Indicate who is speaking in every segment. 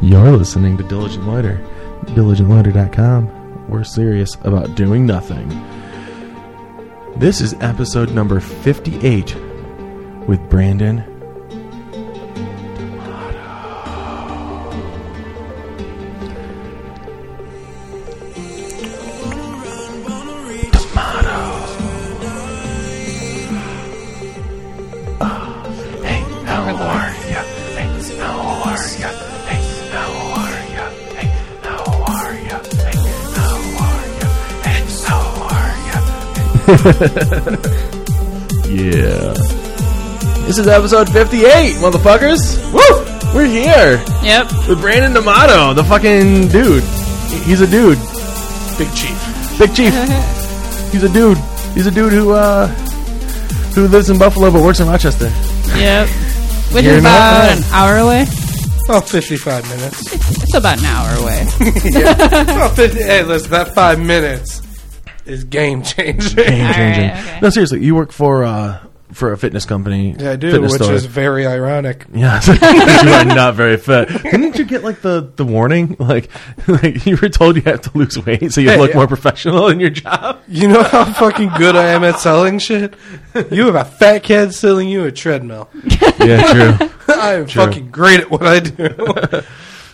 Speaker 1: You're listening to Diligent Loiter, diligentloiter.com. We're serious about doing nothing. This is episode number 58 with Brandon. Tomato. Hey, how are ya? Hey, how are ya? Hey, how are ya? Hey, how are ya? Hey, how are ya? Hey, how are ya? Yeah. This is episode 58, motherfuckers. Woo! We're here
Speaker 2: Yep.
Speaker 1: with Brandon D'Amato, the fucking dude. He- He's a dude. Big Chief. Big Chief. He's a dude. He's a dude who, uh, who lives in Buffalo but works in Rochester.
Speaker 2: Yep. Which
Speaker 1: You're
Speaker 2: is
Speaker 1: not
Speaker 2: about
Speaker 1: bad.
Speaker 2: an hour away.
Speaker 3: Oh, 55 minutes.
Speaker 2: It's about an hour away.
Speaker 3: Oh, 50, hey, listen, that five minutes is game changing.
Speaker 1: Game
Speaker 2: All right,
Speaker 1: changing.
Speaker 2: okay.
Speaker 1: No, seriously, you work for, uh, for a fitness company.
Speaker 3: Yeah, I do,
Speaker 1: fitness
Speaker 3: which
Speaker 1: store.
Speaker 3: is very ironic.
Speaker 1: Yeah, you are not very fit. Didn't you get like the, the warning? Like, like you were told you have to lose weight so you
Speaker 3: Hey,
Speaker 1: look
Speaker 3: yeah.
Speaker 1: more professional in your job.
Speaker 3: You know how fucking good I am at selling shit? You have a fat kid selling you a treadmill.
Speaker 1: Yeah, true.
Speaker 3: I am fucking great at what I do.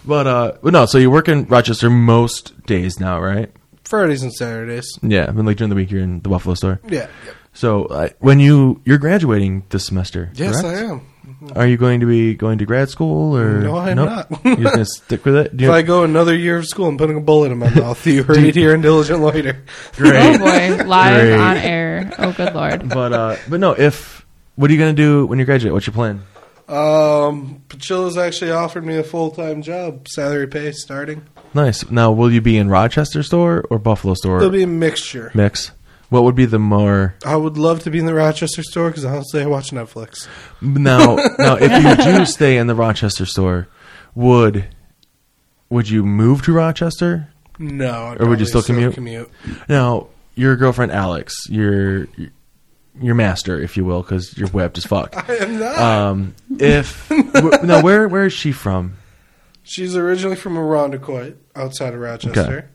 Speaker 1: But uh, but no. So you work in Rochester most days now, right?
Speaker 3: Fridays and Saturdays.
Speaker 1: Yeah, I mean, like during the week you're in the Buffalo store.
Speaker 3: Yeah.
Speaker 1: So uh, when you you're graduating this semester,
Speaker 3: Yes,
Speaker 1: correct?
Speaker 3: I am.
Speaker 1: Are you going to be going to grad school or
Speaker 3: No, I'm
Speaker 1: Nope.
Speaker 3: not.
Speaker 1: you're just gonna stick with it. Do
Speaker 3: If
Speaker 1: you-
Speaker 3: I go another year of school, I'm putting a bullet in my mouth. You heard it here in Diligent Loiter.
Speaker 2: Oh
Speaker 1: great.
Speaker 2: boy, live
Speaker 1: Great.
Speaker 2: on air. Oh good lord.
Speaker 1: but uh, but no. If what are you gonna do when you graduate? What's your plan?
Speaker 3: Um, Pachilla's actually offered me a full time job, salary pay starting.
Speaker 1: Nice. Now, will you be in Rochester store or Buffalo store
Speaker 3: It'll be a mixture.
Speaker 1: mix? What would be the more
Speaker 3: I would love to be in the Rochester store because honestly, I watch Netflix.
Speaker 1: Now, now, if you do stay in the Rochester store, would would you move to Rochester?
Speaker 3: No, I'd
Speaker 1: Or would you
Speaker 3: probably
Speaker 1: still commute?
Speaker 3: Commute.
Speaker 1: Now, your girlfriend Alex, your your master, if you will, because you're webbed as fuck.
Speaker 3: I am not.
Speaker 1: Um, if w- now, where where is she from?
Speaker 3: She's originally from Irondequoit, outside of Rochester,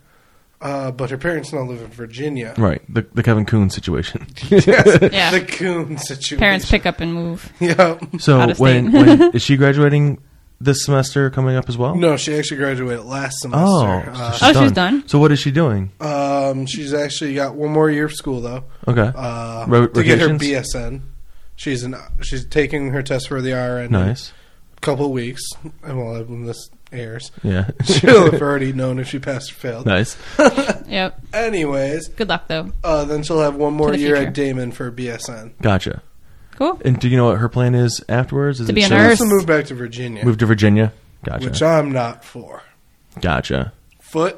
Speaker 3: uh, but her parents now live in Virginia.
Speaker 1: Right, the the Kevin Coon situation.
Speaker 2: Yeah.
Speaker 3: The coon situation.
Speaker 2: Parents pick up and move.
Speaker 3: Yeah.
Speaker 1: So
Speaker 2: Out of
Speaker 1: when
Speaker 2: state.
Speaker 1: when is she graduating this semester? Coming up as well.
Speaker 3: No, she actually graduated last
Speaker 1: Oh,
Speaker 3: semester.
Speaker 1: so
Speaker 3: Uh,
Speaker 2: Oh, she's done?
Speaker 1: So what is she doing?
Speaker 3: um, she's actually got one more year of school though
Speaker 1: Okay.
Speaker 3: uh,
Speaker 1: Ro-
Speaker 3: to get her
Speaker 1: rotations?
Speaker 3: BSN. She's an she's taking her test for the RN
Speaker 1: Nice.
Speaker 3: in a couple of weeks, and we'll have when this airs.
Speaker 1: Yeah.
Speaker 3: She'll have already known if she passed or failed.
Speaker 1: nice.
Speaker 2: Yep.
Speaker 3: Anyways,
Speaker 2: Good luck though.
Speaker 3: uh, then she'll have one more
Speaker 2: the
Speaker 3: year
Speaker 2: future.
Speaker 3: at Damon for BSN.
Speaker 1: Gotcha.
Speaker 2: Cool.
Speaker 1: And do you know what her plan is afterwards? Is
Speaker 2: To be
Speaker 1: it
Speaker 2: a
Speaker 1: just-
Speaker 2: nurse.
Speaker 3: She'll also move back to Virginia,
Speaker 1: Move to Virginia. Gotcha.
Speaker 3: which I'm not for.
Speaker 1: gotcha.
Speaker 3: Foot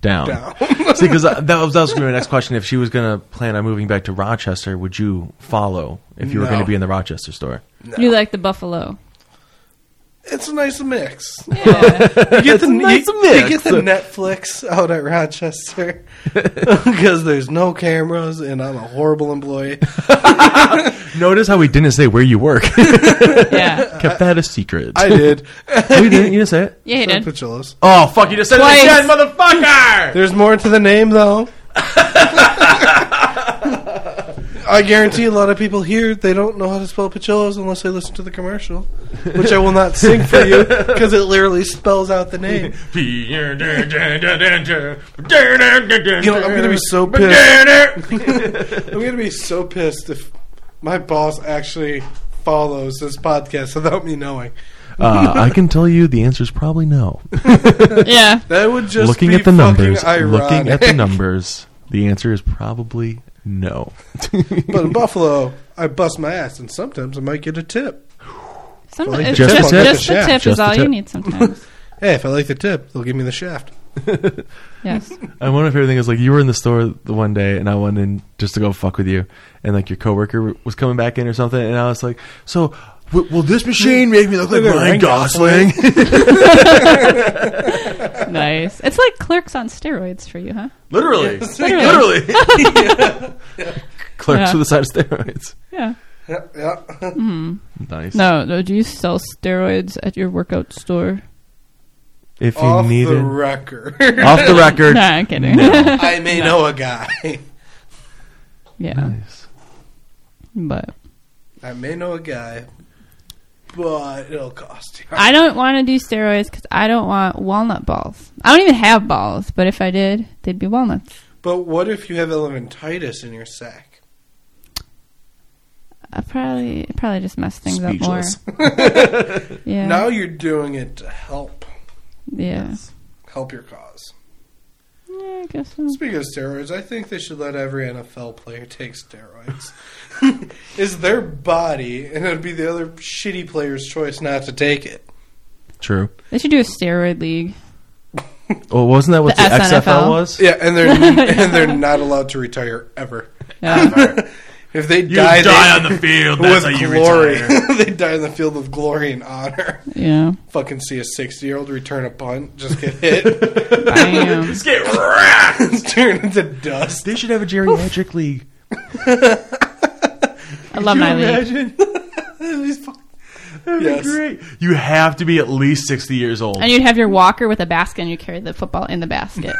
Speaker 1: Down.
Speaker 3: down.
Speaker 1: See, because that was, that was going to be my next question. If she was going to plan on moving back to Rochester, would you follow if you were
Speaker 3: No.
Speaker 1: going to be in the Rochester store?
Speaker 2: You like the buffalo.
Speaker 3: it's a nice mix.
Speaker 2: Yeah.
Speaker 3: You get the
Speaker 1: nice
Speaker 3: you,
Speaker 1: mix.
Speaker 3: you get the Netflix out at Rochester because there's no cameras, and I'm a horrible employee.
Speaker 1: Notice how we didn't say where you work.
Speaker 2: yeah.
Speaker 1: Kept that a secret.
Speaker 3: I did.
Speaker 1: Oh, you didn't. You didn't say it.
Speaker 2: Yeah, he
Speaker 3: Sorry,
Speaker 2: did.
Speaker 3: Pachillos.
Speaker 1: Oh fuck! You just said
Speaker 2: Twice.
Speaker 1: it again, motherfucker.
Speaker 3: There's more to the name though. I guarantee a lot of people here they don't know how to spell Pachillos unless they listen to the commercial, which I will not sing for you because it literally spells out the name. You know, I'm gonna be so pissed. I'm gonna be so pissed if my boss actually follows this podcast without me knowing.
Speaker 1: Uh, I can tell you the answer is probably no.
Speaker 2: Yeah.
Speaker 3: That would just
Speaker 1: looking
Speaker 3: be
Speaker 1: at the
Speaker 3: fucking
Speaker 1: numbers,
Speaker 3: Ironic.
Speaker 1: looking at the numbers, the answer is probably no.
Speaker 3: but in Buffalo, I bust my ass, and sometimes I might get a tip.
Speaker 2: Some,
Speaker 3: Like
Speaker 2: it's
Speaker 1: just
Speaker 2: just,
Speaker 1: the
Speaker 2: just,
Speaker 1: tip.
Speaker 2: the
Speaker 3: Yeah.
Speaker 2: tip
Speaker 1: Just
Speaker 2: is
Speaker 1: the
Speaker 2: all you
Speaker 1: tip.
Speaker 2: need sometimes.
Speaker 3: Hey, if I like the tip, they'll give me the shaft.
Speaker 2: Yes.
Speaker 1: I wonder if everything is like you were in the store the one day, and I went in just to go fuck with you, and like your coworker was coming back in or something, and I was like, "So, w- will this machine make me look like
Speaker 3: Look at
Speaker 1: Ryan
Speaker 3: Ryan
Speaker 1: Gosling?"
Speaker 2: Nice. It's like clerks on steroids for you, huh?
Speaker 1: literally,
Speaker 2: Literally.
Speaker 1: literally.
Speaker 2: Yeah.
Speaker 1: Clerks with a side of steroids.
Speaker 2: Yeah.
Speaker 3: Yeah, yeah.
Speaker 1: Nice.
Speaker 2: No, no, do you sell steroids at your workout store?
Speaker 1: if you
Speaker 3: off
Speaker 1: need
Speaker 3: the
Speaker 1: it.
Speaker 3: record.
Speaker 1: Off the record.
Speaker 2: No, I'm kidding.
Speaker 1: No.
Speaker 3: I may know a guy.
Speaker 2: yeah,
Speaker 1: Nice.
Speaker 2: but
Speaker 3: I may know a guy, but it'll cost you.
Speaker 2: I don't want to do steroids because I don't want walnut balls. I don't even have balls, but if I did, they'd be walnuts.
Speaker 3: But what if you have elementitis in your sack?
Speaker 2: I probably it probably just mess things
Speaker 4: Speechless.
Speaker 2: up more. yeah,
Speaker 3: Now you're doing it to help
Speaker 2: yeah.
Speaker 3: help your cause.
Speaker 2: yeah. I guess so.
Speaker 3: Speaking of steroids, I think they should let every NFL player take steroids. it's their body, and it'd be the other shitty player's choice not to take it.
Speaker 1: True.
Speaker 2: they should do a steroid league.
Speaker 1: Well, wasn't that what
Speaker 2: The
Speaker 1: the,
Speaker 2: SNFL?
Speaker 1: XFL was?
Speaker 3: Yeah, and they're and they're not allowed to retire ever.
Speaker 2: Yeah.
Speaker 3: If they die, they,
Speaker 4: on the field.
Speaker 3: with glory, they die in the field of glory and honor.
Speaker 2: yeah.
Speaker 3: Fucking see a sixty-year-old return a punt, just get hit,
Speaker 2: Damn.
Speaker 4: get wrecked.
Speaker 3: turn into dust.
Speaker 1: They should have a geriatric league.
Speaker 2: Alumni league.
Speaker 1: Imagine.
Speaker 3: That'd be fucking-
Speaker 1: That'd
Speaker 3: Yes.
Speaker 1: be great. You have to be at least 60 years old.
Speaker 2: And you'd have your walker with a basket, and you carry the football in the basket.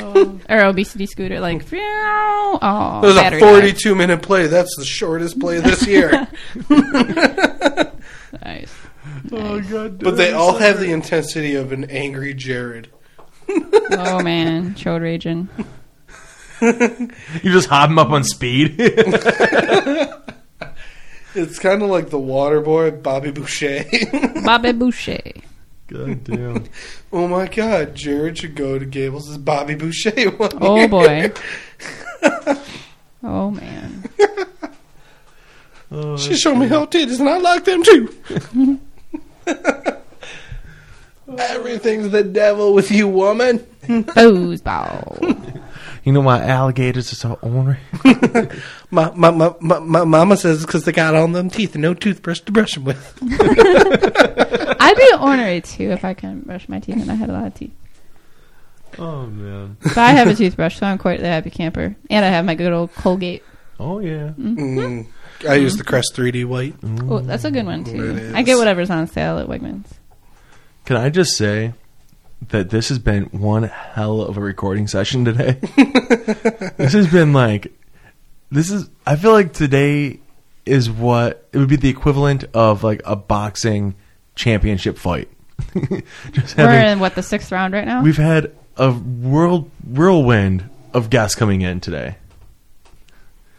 Speaker 2: Oh. or obesity scooter, like phew. oh,
Speaker 3: There's a
Speaker 2: battery
Speaker 3: 42 minute play. That's the shortest play this year.
Speaker 2: life. Nice.
Speaker 1: oh, God.
Speaker 3: but they all have the intensity of an angry Jared.
Speaker 2: Oh man, road raging.
Speaker 1: You just hop them up on speed.
Speaker 3: It's kind of like the water boy, Bobby Boucher.
Speaker 2: Bobby Boucher.
Speaker 1: God damn.
Speaker 3: oh my god, Jared should go to Gables as Bobby Boucher one
Speaker 2: Oh
Speaker 3: year.
Speaker 2: boy. Oh man.
Speaker 1: Oh,
Speaker 3: She showed me how titties and I like them too. Everything's the devil with you, woman.
Speaker 2: Foosball.
Speaker 1: you know why alligators are so ornery?
Speaker 3: My, my, my, my, my mama says because they got on them teeth and no toothbrush to brush them with.
Speaker 2: I'd be ornery too if I couldn't brush my teeth and I had a lot of teeth.
Speaker 1: Oh, man.
Speaker 2: But I have a toothbrush, so I'm quite the happy camper. And I have my good old Colgate.
Speaker 1: Oh, yeah.
Speaker 3: Mm, I use the Crest 3D white.
Speaker 2: Oh, that's a good one
Speaker 3: It
Speaker 2: too.
Speaker 3: is.
Speaker 2: I get whatever's on sale at Wegmans.
Speaker 1: Can I just say that this has been one hell of a recording session today? this has been like this is I feel like today is what it would be the equivalent of like a boxing championship fight. just
Speaker 2: We're
Speaker 1: having
Speaker 2: in what the sixth round right now.
Speaker 1: we've had a whirl whirlwind of guests coming in today.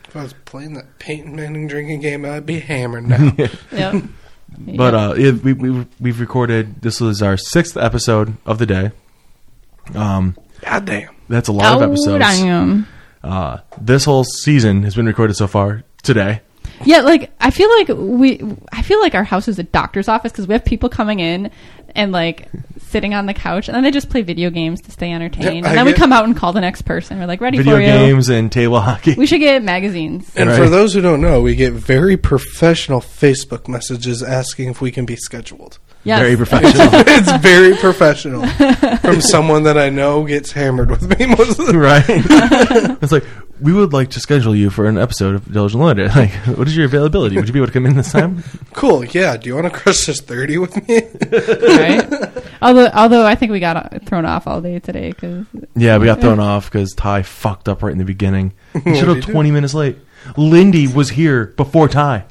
Speaker 3: If I was playing that painting and drinking game, I'd be hammered now.
Speaker 2: Yep.
Speaker 1: But uh, yeah, we, we we've recorded this was our sixth episode of the day. Um,
Speaker 3: God damn.
Speaker 1: that's a lot of episodes.
Speaker 2: Damn.
Speaker 1: Uh, this whole season has been recorded so far today.
Speaker 2: Yeah, like I feel like we, I feel like our house is a doctor's office because we have people coming in and like sitting on the couch, and then they just play video games to stay entertained,
Speaker 3: Yeah, I
Speaker 2: and then we
Speaker 3: get-
Speaker 2: come out and call the next person. We're like, ready
Speaker 1: Video
Speaker 2: for you.
Speaker 1: games and table hockey.
Speaker 2: We should get magazines.
Speaker 3: And
Speaker 1: Right.
Speaker 3: for those who don't know, we get very professional Facebook messages asking if we can be scheduled.
Speaker 2: Yes.
Speaker 1: Very professional,
Speaker 3: it's very professional from someone that I know gets hammered with me most of the
Speaker 1: right? it's like we would like to schedule you for an episode of Diligent Limited. Like, what is your availability? Would you be able to come in this time?
Speaker 3: Cool, yeah. Do you want to crush this 30 with me?
Speaker 2: right? Although, although I think we got uh, thrown off all day today because
Speaker 1: yeah, we got thrown off because Ty fucked up right in the beginning. He showed
Speaker 3: he
Speaker 1: up
Speaker 3: do?
Speaker 1: twenty minutes late. Lindy was here before Ty.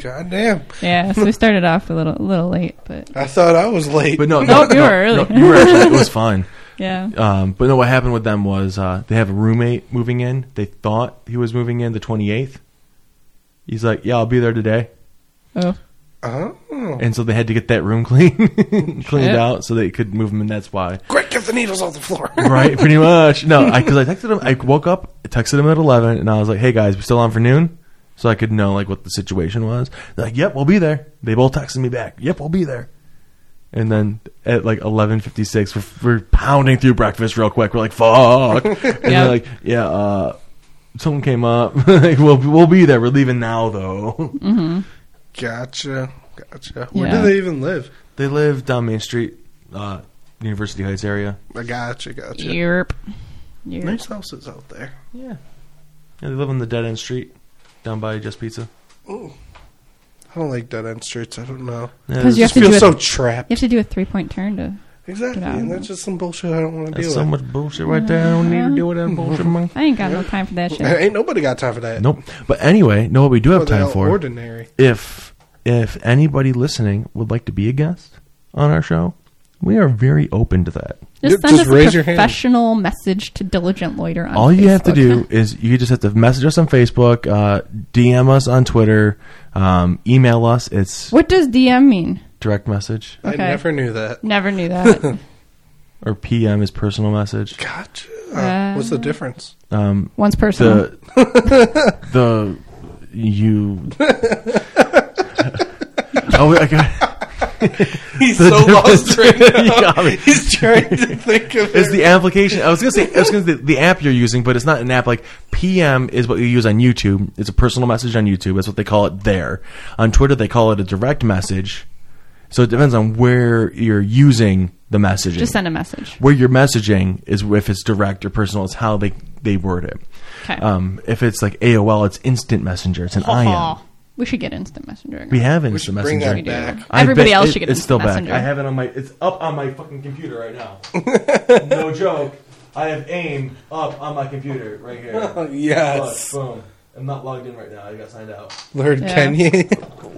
Speaker 3: God damn.
Speaker 2: yeah, so we started off a little, a little late, but
Speaker 3: I thought I was late.
Speaker 1: But no, no,
Speaker 2: Nope, Oh, you
Speaker 1: no,
Speaker 2: were early.
Speaker 1: no, you were actually, it was fine.
Speaker 2: yeah,
Speaker 1: Um, but no, what happened with them was uh, they have a roommate moving in. They thought he was moving in the 28th. He's like, yeah, I'll be there today.
Speaker 2: oh,
Speaker 3: Oh.
Speaker 1: And so they had to get that room clean, cleaned
Speaker 2: Shit.
Speaker 1: out so they could move him, and that's why.
Speaker 3: Quick, get the needles off the floor.
Speaker 1: Right, pretty much. No, because I, texted him. I woke up, I texted him at 11, and I was like, hey, guys, we still on for noon? So I could know, like, what the situation was. They're like, yep, we'll be there. They both texted me back, yep, we'll be there. And then at like 11.56, we're, we're pounding through breakfast real quick. We're like, fuck. And
Speaker 2: Yeah.
Speaker 1: they're like, yeah, uh, something came up. like, we'll, we'll be there. We're leaving now, though.
Speaker 3: Gotcha. Gotcha. Where
Speaker 2: Yeah.
Speaker 3: do they even live?
Speaker 1: They live down Main Street, uh, University Heights area.
Speaker 3: I gotcha, gotcha.
Speaker 2: Europe, Europe.
Speaker 3: Nice houses out there.
Speaker 1: Yeah. yeah. They live on the dead end street down by Just Pizza.
Speaker 3: Ooh. I don't like dead end streets. I don't know.
Speaker 1: Yeah,
Speaker 2: 'Cause
Speaker 3: It
Speaker 2: you
Speaker 1: there's
Speaker 3: just
Speaker 2: have to do
Speaker 3: feels
Speaker 2: it-
Speaker 3: so trapped.
Speaker 2: You have to do a three point turn to.
Speaker 3: Exactly,
Speaker 2: Yeah.
Speaker 3: and that's just some bullshit I don't want to
Speaker 1: that's
Speaker 3: deal
Speaker 1: so
Speaker 3: with.
Speaker 1: much bullshit right there. I don't need to deal with that bullshit, man.
Speaker 2: I ain't got no time for that shit.
Speaker 3: Ain't nobody got time for that.
Speaker 1: Nope. But anyway, no, what we do
Speaker 3: Or
Speaker 1: have
Speaker 3: they're
Speaker 1: time
Speaker 3: all
Speaker 1: for
Speaker 3: ordinary.
Speaker 1: if if anybody listening would like to be a guest on our show, we are very open to that.
Speaker 2: Just
Speaker 3: Just
Speaker 2: send
Speaker 3: raise
Speaker 2: us a
Speaker 3: your hand.
Speaker 2: professional message to Diligent Loiter on
Speaker 1: All you have to
Speaker 2: Facebook.
Speaker 1: do is you just have to message us on Facebook, uh, DM us on Twitter, um, email us. It's
Speaker 2: What does DM mean?
Speaker 1: direct message
Speaker 3: I
Speaker 2: Okay.
Speaker 3: never knew that.
Speaker 2: Never knew that.
Speaker 1: or PM is personal message.
Speaker 3: Gotcha.
Speaker 2: Uh,
Speaker 3: What's the difference?
Speaker 1: Um,
Speaker 2: Once personal.
Speaker 1: the the you. oh, I got,
Speaker 3: He's
Speaker 1: The so difference- lost right now. You got me.
Speaker 3: He's trying to think of
Speaker 1: it's the application. I was gonna say I was gonna say the app you're using, but it's not an app. Like PM is what you use on YouTube. It's a personal message on YouTube. That's what they call it there. On Twitter, they call it a direct message. So it depends on where you're using the messaging.
Speaker 2: Just send a message.
Speaker 1: where your messaging is if it's direct or personal it's how they they word it
Speaker 2: Okay.
Speaker 1: um, if it's like aol it's instant messenger it's an im
Speaker 2: We should get instant messenger.
Speaker 1: we have
Speaker 3: We
Speaker 1: instant
Speaker 3: should bring
Speaker 1: messenger
Speaker 3: that back.
Speaker 1: I
Speaker 2: Everybody
Speaker 1: bet
Speaker 2: else
Speaker 1: it-
Speaker 2: should get
Speaker 1: it's
Speaker 2: instant
Speaker 1: still
Speaker 2: messenger.
Speaker 1: back i have it on my it's up on my fucking computer right now no joke i have aim up on my computer right here
Speaker 3: yes,
Speaker 1: Look, boom i'm not logged in right now i got signed out
Speaker 3: Lord
Speaker 2: Yeah.
Speaker 3: Kenyon.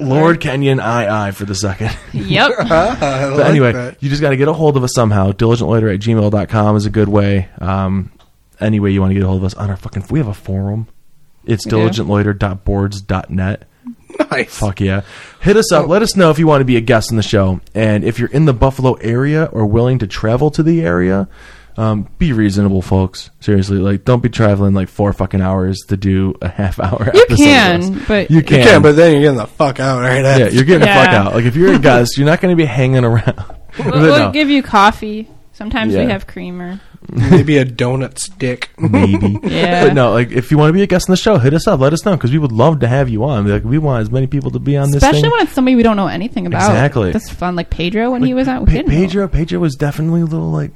Speaker 1: lord kenyon i i for the second
Speaker 2: yep.
Speaker 3: Ah, I
Speaker 1: But
Speaker 3: like
Speaker 1: anyway,
Speaker 3: that.
Speaker 1: you just got to get a hold of us somehow. Diligentloiter at gmail.com is a good way. Um, any way you want to get a hold of us on our fucking. We have a forum. It's
Speaker 2: We do.
Speaker 1: diligentloiter.boards.net.
Speaker 3: nice.
Speaker 1: Fuck yeah. Hit us up. Let us know if you want to be a guest on the show. And if you're in the Buffalo area or willing to travel to the area, um, be reasonable, folks. Seriously, like don't be traveling like four fucking hours to do a half hour.
Speaker 2: You
Speaker 1: episode with
Speaker 2: can,
Speaker 1: us.
Speaker 2: but
Speaker 1: you
Speaker 3: You
Speaker 1: can,
Speaker 3: can, but then you're getting the fuck out right
Speaker 1: yeah,
Speaker 3: after.
Speaker 1: you're getting the fuck
Speaker 2: Yeah.
Speaker 1: out. Like if you're a guest, you're not going to be hanging around.
Speaker 2: we'll,
Speaker 1: No.
Speaker 2: we'll give you coffee. Sometimes
Speaker 1: Yeah.
Speaker 2: we have creamer.
Speaker 3: Maybe a donut stick.
Speaker 1: maybe.
Speaker 2: Yeah.
Speaker 1: But no, like if you want to be a guest on the show, hit us up. Let us know because we would love to have you on. Like we want as many people to be on this.
Speaker 2: Especially
Speaker 1: thing.
Speaker 2: when it's somebody we don't know anything about.
Speaker 1: Exactly.
Speaker 2: That's fun. Like Pedro when
Speaker 1: Like,
Speaker 2: he was out.
Speaker 1: Pa-
Speaker 2: with
Speaker 1: Pedro, Pedro was definitely a little like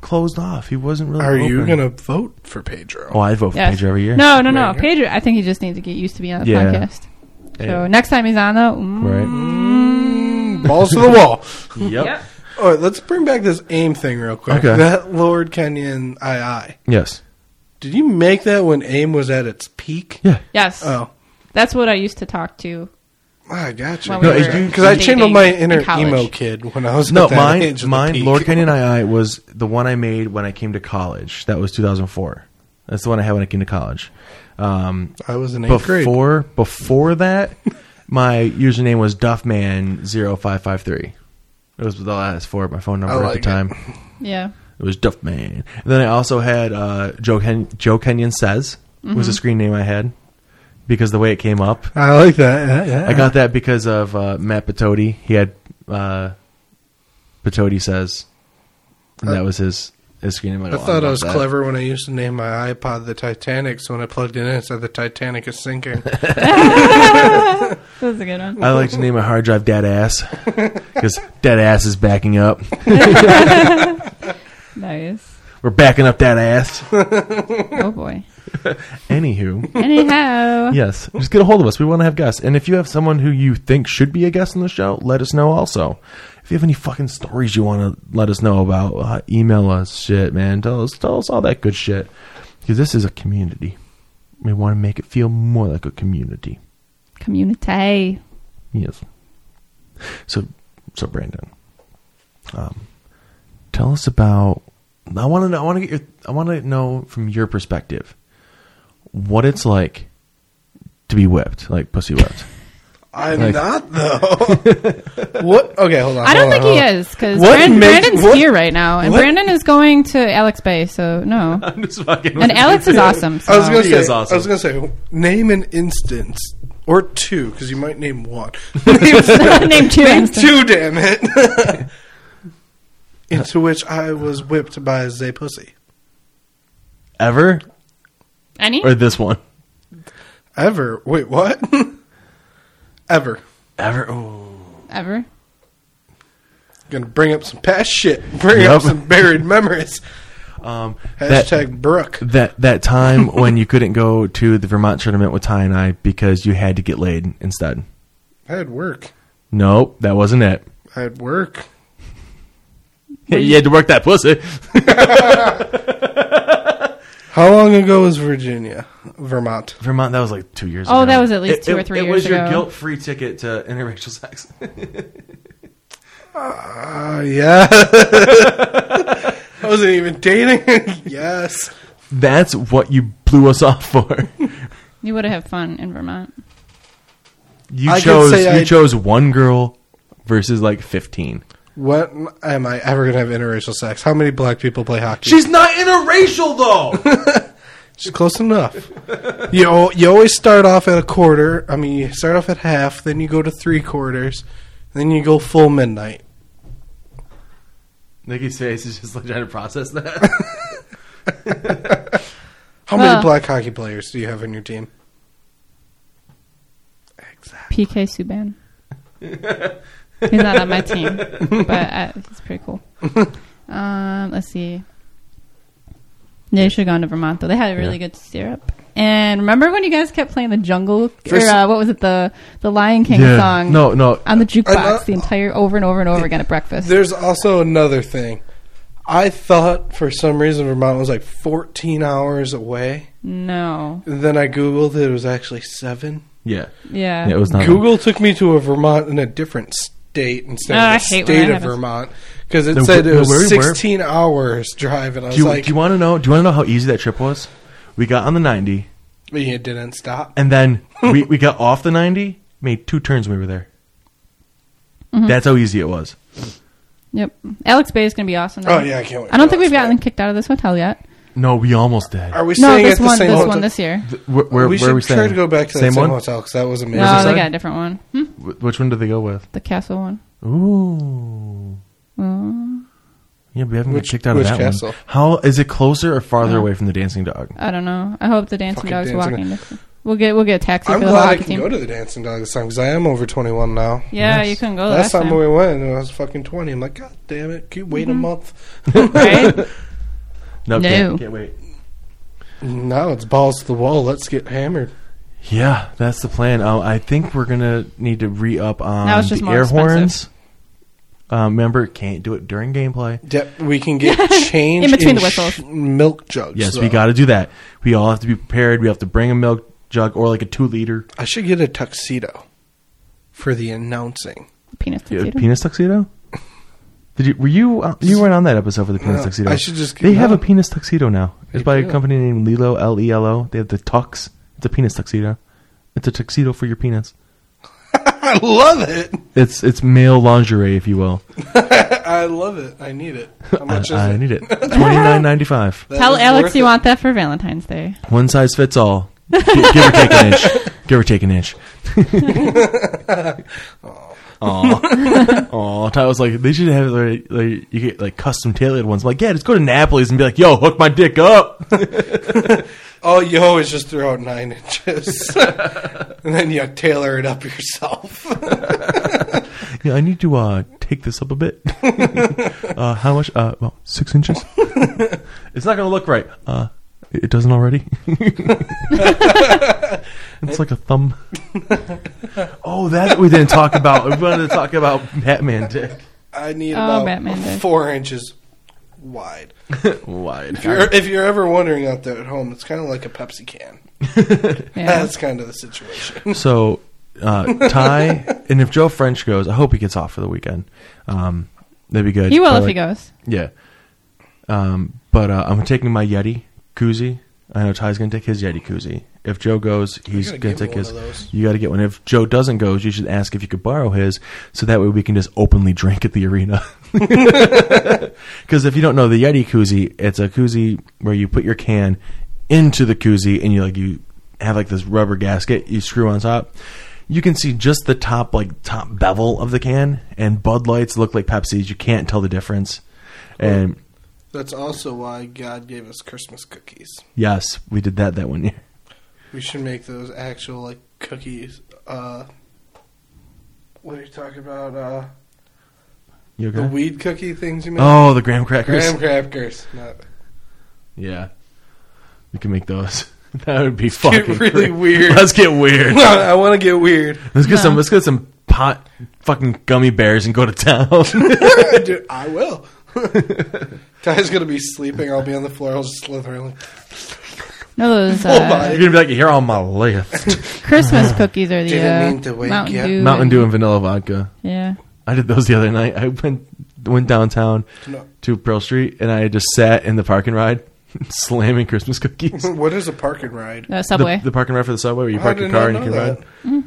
Speaker 1: closed off. He wasn't really.
Speaker 3: Are you
Speaker 1: open.
Speaker 3: gonna vote for Pedro?
Speaker 1: Oh, I vote for Pedro every year.
Speaker 2: No, no, no.
Speaker 3: Right.
Speaker 2: Pedro, I think he just needs to get used to being on the
Speaker 1: Yeah.
Speaker 2: podcast. So
Speaker 1: Yeah.
Speaker 2: next time he's on, though, mm,
Speaker 1: Right.
Speaker 3: Oh, Balls to the wall.
Speaker 1: Yep.
Speaker 2: Yep.
Speaker 3: All right, let's bring back this aim thing real quick.
Speaker 1: Okay.
Speaker 3: That Lord Kenyon II.
Speaker 1: Yes.
Speaker 3: Did you make that when aim was at its peak?
Speaker 1: Yeah.
Speaker 2: Yes.
Speaker 3: Oh,
Speaker 2: That's what I used to talk to.
Speaker 3: I got you.
Speaker 2: When we
Speaker 1: No, were it's-
Speaker 3: Because I channeled my
Speaker 2: dating
Speaker 3: inner
Speaker 2: in college.
Speaker 3: emo kid when I was
Speaker 1: No,
Speaker 3: at that
Speaker 1: mine,
Speaker 3: age of the
Speaker 1: mine.
Speaker 3: peak.
Speaker 1: Lord Canyon II was the one I made when I came to college. That was 2004. That's the one I had when I came to college. Um,
Speaker 3: I was in eighth grade.
Speaker 1: before before that, my username was Duffman0553. It was the last four of my phone number
Speaker 3: I
Speaker 1: at
Speaker 3: like
Speaker 1: the time.
Speaker 3: it.
Speaker 1: It,
Speaker 2: Yeah.
Speaker 1: was Duffman. And then I also had uh, Joe Ken- Joe Kenyon says
Speaker 3: Mm-hmm.
Speaker 1: was the screen name I had because the way it came up.
Speaker 3: I like that. Yeah, yeah.
Speaker 1: I got that because of uh, Matt Patodi. He had uh, Patodi says, and that was his his screen name. I'm
Speaker 3: Uh, I
Speaker 1: like, oh,
Speaker 3: thought I
Speaker 1: love
Speaker 3: was
Speaker 1: that.
Speaker 3: clever when I used to name my iPod the Titanic. So when I plugged it in, it said the Titanic is sinking.
Speaker 2: That was a good one.
Speaker 1: I like to name my hard drive Dead Ass because Dead Ass is backing up.
Speaker 2: Nice.
Speaker 1: We're backing up that ass.
Speaker 2: Oh, boy.
Speaker 1: Anywho,
Speaker 2: Anyhow.
Speaker 1: yes, just get a hold of us. We want to have guests, and if you have someone who you think should be a guest on the show, let us know. Also, if you have any fucking stories you want to let us know about, uh, email us. Shit, man, tell us, tell us all that good shit because this is a community. We want to make it feel more like a community.
Speaker 2: Community.
Speaker 1: Yes. So, so Brandon, um, tell us about. I want to. know I want to get your. I want to know from your perspective what it's like to be whipped, like pussy whipped.
Speaker 3: I'm
Speaker 1: Like-
Speaker 3: not though. what? Okay, hold on.
Speaker 2: I don't
Speaker 3: hold on,
Speaker 2: think he
Speaker 3: hold on.
Speaker 2: is because
Speaker 3: Uh, What
Speaker 2: Brandon,
Speaker 3: makes-
Speaker 2: Brandon's
Speaker 3: what-
Speaker 2: here right now, and
Speaker 3: what-
Speaker 2: Brandon is going to Alex Bay. So no,
Speaker 1: I'm just fucking.
Speaker 2: and Alex is awesome. So.
Speaker 3: I was gonna
Speaker 1: He
Speaker 3: say.
Speaker 1: is awesome.
Speaker 3: I was gonna say. Name an instance or two because you might name one. name
Speaker 2: name two. instances.
Speaker 3: two, damn it. Into which I was whipped by Zay Pussy.
Speaker 1: ever
Speaker 2: Any?
Speaker 1: or this one
Speaker 3: Ever? Wait, what? Ever?
Speaker 1: ever. Oh,
Speaker 2: Ever?
Speaker 3: Gonna bring up some past shit. Bring
Speaker 1: Yup.
Speaker 3: up some buried memories.
Speaker 1: um, that-
Speaker 3: Hashtag Brooke.
Speaker 1: that that time when you couldn't go to the Vermont tournament with Ty and I because you had to get laid instead.
Speaker 3: I had work.
Speaker 1: Nope, that wasn't it.
Speaker 3: I had work.
Speaker 1: you had to work that pussy.
Speaker 3: How long ago was Virginia? Vermont.
Speaker 1: Vermont, that was like two years ago.
Speaker 2: Oh, that was at least two or three
Speaker 1: it
Speaker 2: years
Speaker 1: was your
Speaker 2: ago.
Speaker 1: guilt-free ticket to interracial sex.
Speaker 3: Uh, yeah. I wasn't even dating. yes.
Speaker 1: That's what you blew us off for.
Speaker 2: You would have had fun in Vermont.
Speaker 1: You
Speaker 3: I can
Speaker 1: chose
Speaker 3: say
Speaker 1: you
Speaker 3: I-
Speaker 1: chose one girl versus like 15.
Speaker 3: What am I ever going to have interracial sex? How many black people play hockey?
Speaker 1: She's not interracial though.
Speaker 3: She's close enough. you al- you always start off at a quarter. I mean, you start off at half, then you go to three quarters, then you go full midnight.
Speaker 1: Nikki's face is just like trying to process that.
Speaker 3: How many
Speaker 2: Huh.
Speaker 3: black hockey players do you have on your team? Exactly.
Speaker 2: PK Subban. he's not on my team, but uh, he's pretty cool. Um, let's see. They should have gone to Vermont though. They had a really
Speaker 1: Yeah.
Speaker 2: good syrup. And remember when you guys kept playing the Jungle or
Speaker 3: First-
Speaker 2: uh, what was it the the Lion King song?
Speaker 1: No, no.
Speaker 2: on the jukebox
Speaker 3: I know-
Speaker 2: the entire over and over and over again at breakfast.
Speaker 3: There's also another thing. I thought for some reason Vermont was like 14 hours away.
Speaker 2: No,
Speaker 3: And then I googled it; it was actually seven.
Speaker 1: yeah.
Speaker 2: yeah,
Speaker 1: Yeah, it was not.
Speaker 3: Google took me to a Vermont in a different state instead
Speaker 2: Ah, I
Speaker 3: of the
Speaker 2: hate when that
Speaker 3: state of
Speaker 2: happens.
Speaker 3: Vermont because it
Speaker 1: No,
Speaker 3: said it
Speaker 1: no,
Speaker 3: was
Speaker 1: where we were-
Speaker 3: 16 hours drive, and I was
Speaker 1: do you,
Speaker 3: like,
Speaker 1: do you want to know? Do you want to know how easy that trip was? We got on the 90
Speaker 3: it didn't stop.
Speaker 1: and then we, we got off the 90, made two turns when we were there.
Speaker 2: Mm-hmm.
Speaker 1: That's how easy it was.
Speaker 2: Yep, Alex Bay is going to be awesome.
Speaker 3: Oh yeah, I can't wait.
Speaker 2: I don't think
Speaker 3: for
Speaker 2: we've
Speaker 3: that.
Speaker 2: gotten kicked out of this hotel yet.
Speaker 1: No, we almost did.
Speaker 3: Are we
Speaker 2: No,
Speaker 3: staying
Speaker 2: this
Speaker 3: at the
Speaker 2: one,
Speaker 3: same
Speaker 2: this
Speaker 3: hotel?
Speaker 2: one this year.
Speaker 1: Th- where, where,
Speaker 3: we
Speaker 1: where are
Speaker 3: should
Speaker 1: we
Speaker 3: try
Speaker 1: staying?
Speaker 3: to go back to
Speaker 1: same
Speaker 3: that same
Speaker 1: one.
Speaker 3: hotel because that was amazing.
Speaker 2: No, Oh, they
Speaker 1: side?
Speaker 2: got a different one. Hmm?
Speaker 1: Wh- Which one did they go with?
Speaker 2: The castle one.
Speaker 1: Ooh.
Speaker 2: Mm,
Speaker 1: Yeah, we haven't
Speaker 3: Which-
Speaker 1: got kicked out
Speaker 3: which
Speaker 1: of that
Speaker 3: castle?
Speaker 1: one. How is it closer or farther
Speaker 2: No.
Speaker 1: away from the dancing dog?
Speaker 2: I don't know. I hope the dancing dog's
Speaker 3: Fucking dancing
Speaker 2: walking. distance. We'll get we'll get a taxi
Speaker 3: I'm
Speaker 2: for the
Speaker 3: glad I
Speaker 2: hockey
Speaker 3: can
Speaker 2: team.
Speaker 3: go to the Dancing Dog this time because I am over 21 now.
Speaker 2: yeah,
Speaker 1: Yes.
Speaker 2: you couldn't go
Speaker 3: last
Speaker 2: last,
Speaker 3: time,
Speaker 2: time.
Speaker 3: we went, I was fucking 20. I'm like, God damn it! Can you wait
Speaker 2: Mm-hmm.
Speaker 3: a month?
Speaker 2: right?
Speaker 1: No,
Speaker 2: No.
Speaker 1: Can't, can't wait.
Speaker 3: Now it's balls to the wall. Let's get hammered.
Speaker 1: Yeah, that's the plan. Uh, I think we're gonna need to re up on
Speaker 2: Now it's just
Speaker 1: the
Speaker 2: more
Speaker 1: air
Speaker 2: expensive.
Speaker 1: horns. Uh, remember, can't do it during gameplay.
Speaker 3: Yep, we can get change
Speaker 2: In between
Speaker 3: in
Speaker 2: the whistles.
Speaker 3: sh- milk jugs.
Speaker 1: Yes,
Speaker 3: though.
Speaker 1: we got to do that. We all have to be prepared. We have to bring a milk jug or like a two liter
Speaker 3: I should get a tuxedo for the announcing.
Speaker 2: Penis
Speaker 1: Yeah,
Speaker 2: tuxedo.
Speaker 1: penis tuxedo. Did you were you uh, you weren't on that episode for the penis
Speaker 3: No,
Speaker 1: tuxedo?
Speaker 3: Uh, I should just-
Speaker 1: They have
Speaker 3: no.
Speaker 1: a penis tuxedo now. It's by
Speaker 3: do.
Speaker 1: a company named Lilo L E L O. They have the tux. It's a penis tuxedo. It's a tuxedo for your penis.
Speaker 3: I love it.
Speaker 1: It's it's male lingerie, if you will.
Speaker 3: I love it. I need it. How
Speaker 1: I,
Speaker 3: much is
Speaker 1: I
Speaker 3: it?
Speaker 1: need it. Twenty nine ninety five.
Speaker 3: That
Speaker 2: Tell
Speaker 3: is
Speaker 2: Alex
Speaker 3: worth
Speaker 2: you
Speaker 3: it.
Speaker 2: want that for Valentine's Day.
Speaker 1: One size fits all. Gi- give or take an inch. Give or take an inch. Aw. Aw. Ty was like, they should have like, like you get like custom tailored ones. I'm like, yeah, just go to Napoli's and be like, yo, hook my dick up.
Speaker 3: All Oh, you always just throw out nine inches, and then you tailor it up yourself.
Speaker 1: Yeah, I need to uh, take this up a bit. uh, how much? Uh, well, six inches. it's not going to look right. Uh, it it doesn't already. it's like a thumb. oh, that's what we didn't talk about. We wanted to talk about Batman dick.
Speaker 3: I need
Speaker 2: Oh,
Speaker 3: about
Speaker 2: Batman did.
Speaker 3: four inches wide.
Speaker 1: Wide.
Speaker 3: If you're, if you're ever wondering out there at home, it's kind of like a Pepsi can.
Speaker 2: Yeah.
Speaker 3: That's kind of the situation.
Speaker 1: So, uh, Ty, and if Joe French goes, I hope he gets off for the weekend. Um, that'd be good.
Speaker 2: he will
Speaker 1: But,
Speaker 2: if he
Speaker 1: like,
Speaker 2: goes.
Speaker 1: Yeah. Um, but uh, I'm taking my Yeti koozie. I know Ty's gonna take his Yeti koozie. If Joe goes, he's
Speaker 3: gotta
Speaker 1: gonna,
Speaker 3: give him
Speaker 1: take
Speaker 3: one
Speaker 1: his.
Speaker 3: of those.
Speaker 1: You gotta get one. If Joe doesn't go, you should ask if you could borrow his, so that way we can just openly drink at the arena. Because if you don't know the Yeti koozie, it's a koozie where you put your can into the koozie and you like you have like this rubber gasket you screw on top. You can see just the top like top bevel of the can, and Bud Lights look like Pepsis. You can't tell the difference. And
Speaker 3: That's also why God gave us Christmas cookies.
Speaker 1: yes, we did that that one year.
Speaker 3: We should make those actual like cookies. Uh, what are you talking about? Uh,
Speaker 1: You
Speaker 3: The
Speaker 1: okay?
Speaker 3: weed cookie things you make.
Speaker 1: oh, the graham crackers.
Speaker 3: graham crackers. Not
Speaker 1: yeah, we can make those. That would be fucking
Speaker 3: really
Speaker 1: great.
Speaker 3: weird.
Speaker 1: Let's get weird.
Speaker 3: I want to get weird.
Speaker 1: Let's get
Speaker 2: No.
Speaker 1: some. Let's get some pot fucking gummy bears and go to
Speaker 3: Oh
Speaker 1: town.
Speaker 3: Dude, I will. Ty's gonna be sleeping. I'll be on the floor. I'll just slither. Like,
Speaker 2: No, those
Speaker 3: Full
Speaker 2: uh,
Speaker 3: body.
Speaker 1: You're gonna be like, here on my list.
Speaker 2: Christmas cookies are the
Speaker 3: Didn't
Speaker 2: uh,
Speaker 3: mean to wake
Speaker 2: Mountain
Speaker 3: you up.
Speaker 2: Dew.
Speaker 1: Mountain Dew and vanilla vodka.
Speaker 2: Yeah.
Speaker 1: I did those the other night. I went went downtown
Speaker 3: No.
Speaker 1: to Pearl Street and I just sat in the parking ride, slamming Christmas cookies.
Speaker 3: what is a parking ride?
Speaker 2: Uh, Subway.
Speaker 1: The, the parking ride for the subway where you
Speaker 3: I
Speaker 1: park
Speaker 3: did
Speaker 1: your car and
Speaker 3: not
Speaker 1: you can
Speaker 3: know
Speaker 1: ride.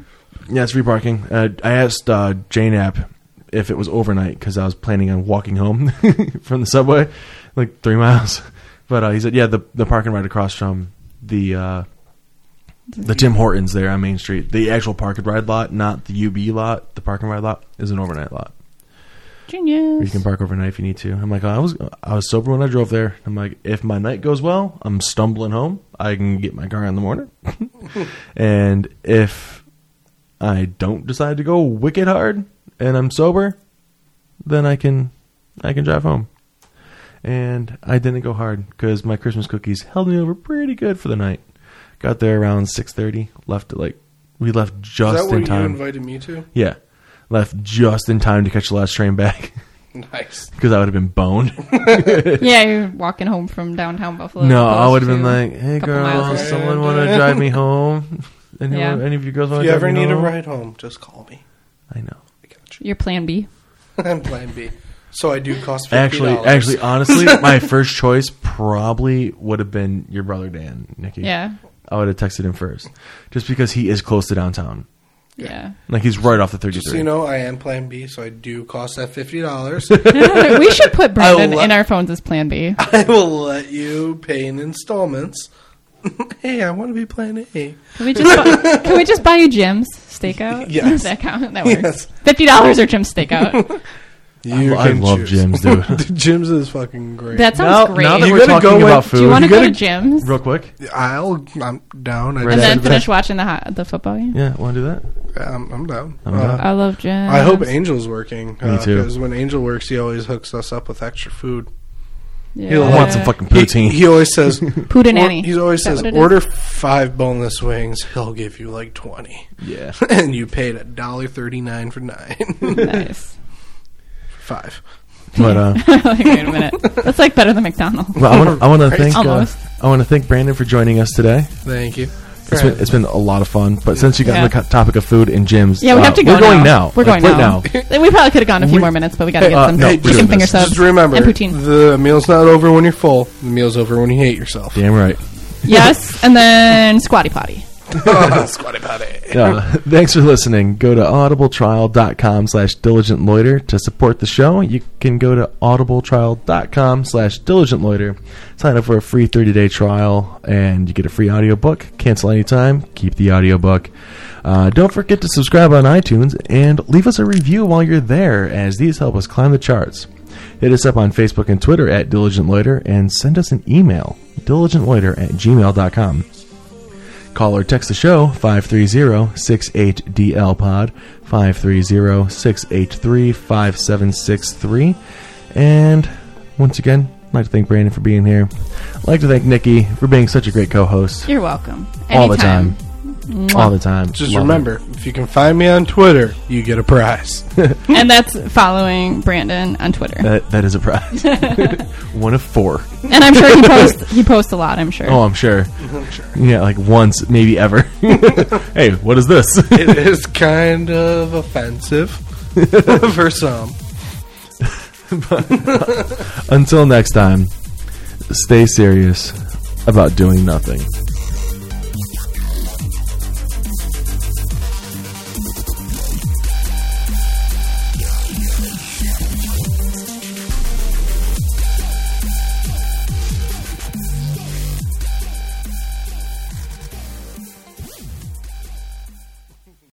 Speaker 1: Yeah, it's free parking. Uh, I asked uh, Jane App if it was overnight because I was planning on walking home from the subway, like three miles. But uh, he said, yeah, the the parking ride across from the uh, the Tim Hortons there on Main Street, the actual parking ride lot, not the UB lot. The parking ride lot is an overnight lot. Or you
Speaker 2: Genius.
Speaker 1: can park overnight if you need to. I'm like, I was I was sober when I drove there. I'm like, if my night goes well, I'm stumbling home. I can get my car in the morning. and if I don't decide to go wicked hard and I'm sober, then I can I can drive home. And I didn't go hard because my Christmas cookies held me over pretty good for the night. Got there around six thirty. Left at like we left
Speaker 3: Is
Speaker 1: just
Speaker 3: that what
Speaker 1: in
Speaker 3: you
Speaker 1: time.
Speaker 3: invited me to?
Speaker 1: yeah, left just in time to catch the last train back.
Speaker 3: Nice.
Speaker 1: because I would have been boned.
Speaker 2: yeah, you're walking home from downtown Buffalo. as
Speaker 1: no, I
Speaker 2: opposed
Speaker 1: would have been
Speaker 2: to-
Speaker 1: like, "Hey,
Speaker 2: couple
Speaker 1: girl,
Speaker 2: miles
Speaker 1: someone
Speaker 3: away."
Speaker 1: want to drive me home? Anyone,
Speaker 2: Yeah.
Speaker 1: Any of you girls want
Speaker 3: If
Speaker 1: to
Speaker 3: you
Speaker 1: drive
Speaker 3: ever
Speaker 1: me
Speaker 3: need a
Speaker 1: home?"
Speaker 3: ride home, just call me.
Speaker 1: I know.
Speaker 3: I got you.
Speaker 2: your plan B.
Speaker 3: I'm Plan B. So I do cost $50.
Speaker 1: Actually, actually, honestly, my first choice probably would have been your brother Dan, Nikki.
Speaker 2: Yeah.
Speaker 1: I would have texted him first, just because he is close to downtown.
Speaker 2: Yeah.
Speaker 1: Like he's right off the
Speaker 3: Just
Speaker 1: thirty-three.
Speaker 3: so you know, I am Plan B, so I do cost that fifty dollars. I
Speaker 2: we should put Brandon
Speaker 3: lo-
Speaker 2: in our phones as plan B.
Speaker 3: will let you pay in installments. hey, I want to be Plan A.
Speaker 2: Can we just bu- can we just buy you Jim's stakeout?
Speaker 3: Yes.
Speaker 2: Does that count? That works.
Speaker 3: Yes.
Speaker 2: Fifty dollars or Jim's stakeout.
Speaker 1: I, lo- I love gyms, dude.
Speaker 3: Jim's is fucking great.
Speaker 2: That sounds
Speaker 1: now,
Speaker 2: great.
Speaker 1: now that
Speaker 3: You
Speaker 1: we're
Speaker 3: gotta
Speaker 1: talking
Speaker 3: go with-
Speaker 1: about food,
Speaker 2: Do you want to
Speaker 3: You
Speaker 2: go to
Speaker 3: gotta-
Speaker 2: Jim's
Speaker 1: real quick?
Speaker 3: I'll. I'm down. I
Speaker 1: Right
Speaker 2: and then
Speaker 1: after
Speaker 2: finish watching the hot, the football game?
Speaker 1: Yeah, want to do that?
Speaker 3: Um, I'm down.
Speaker 1: I'm
Speaker 3: Uh,
Speaker 1: down.
Speaker 2: I love Jim's.
Speaker 3: I hope Angel's working.
Speaker 1: Me too.
Speaker 3: Because when Angel works, he always hooks us up with extra food.
Speaker 2: Yeah.
Speaker 3: he'll
Speaker 1: I want some fucking poutine.
Speaker 3: He, he always says.
Speaker 2: Poudin'
Speaker 3: or-
Speaker 2: Annie.
Speaker 3: he always
Speaker 2: Is that
Speaker 3: says,
Speaker 2: what it is?
Speaker 3: order five boneless wings. He'll give you like twenty,
Speaker 1: yeah.
Speaker 3: and you paid a dollar thirty nine for nine,
Speaker 2: Nice.
Speaker 3: five.
Speaker 1: But uh,
Speaker 2: like, wait a minute. That's like better than McDonald's.
Speaker 1: well, I want to I want to thank uh,
Speaker 2: Almost.
Speaker 1: I want to thank Brandon for joining us today.
Speaker 3: Thank you.
Speaker 1: It's been, it's been a lot of fun, but since you got on the
Speaker 2: Yeah.
Speaker 1: co- topic of food and gyms,
Speaker 2: Yeah, we
Speaker 1: uh,
Speaker 2: have to go.
Speaker 1: We're going now.
Speaker 2: We're
Speaker 1: Like,
Speaker 2: going
Speaker 1: right
Speaker 2: now. we probably could have gone a few
Speaker 1: We-
Speaker 2: more minutes, but we got to
Speaker 1: Hey,
Speaker 2: get
Speaker 1: uh,
Speaker 2: some
Speaker 1: no, we're doing
Speaker 2: chicken finger
Speaker 1: this.
Speaker 2: subs
Speaker 3: Just remember,
Speaker 2: and poutine.
Speaker 3: the meal's not over when you're full. The meal's over when you hate yourself.
Speaker 1: Damn right.
Speaker 2: yes, and then squatty potty.
Speaker 3: Squatty potty.
Speaker 1: Uh, thanks for listening. Go to audibletrial.com slash diligentloiter to support the show. You can go to audibletrial.com slash diligentloiter, sign up for a free 30-day trial, and you get a free audiobook. Cancel anytime. Keep the audiobook. Uh, don't forget to subscribe on iTunes and leave us a review while you're there, as these help us climb the charts. Hit us up on Facebook and Twitter at diligentloiter and send us an email, diligentloiter at gmail.com. Call or text the show 530-68DL pod 530-683-5763 and once again I'd like to thank Brandon for being here. I'd like to thank Nikki for being such a great co-host
Speaker 2: You're welcome.
Speaker 1: all the
Speaker 2: Anytime.
Speaker 1: time. All the time.
Speaker 3: Just
Speaker 1: Love it.
Speaker 3: remember, if you can find me on Twitter, you get a prize.
Speaker 2: and that's following Brandon on Twitter.
Speaker 1: that, that is a prize. One of four.
Speaker 2: and I'm sure he posts he posts a lot. I'm sure.
Speaker 1: Oh, I'm sure. Yeah, like once, maybe ever. hey, what is this?
Speaker 3: it is kind of offensive for some.
Speaker 1: Until next time, stay serious about doing nothing.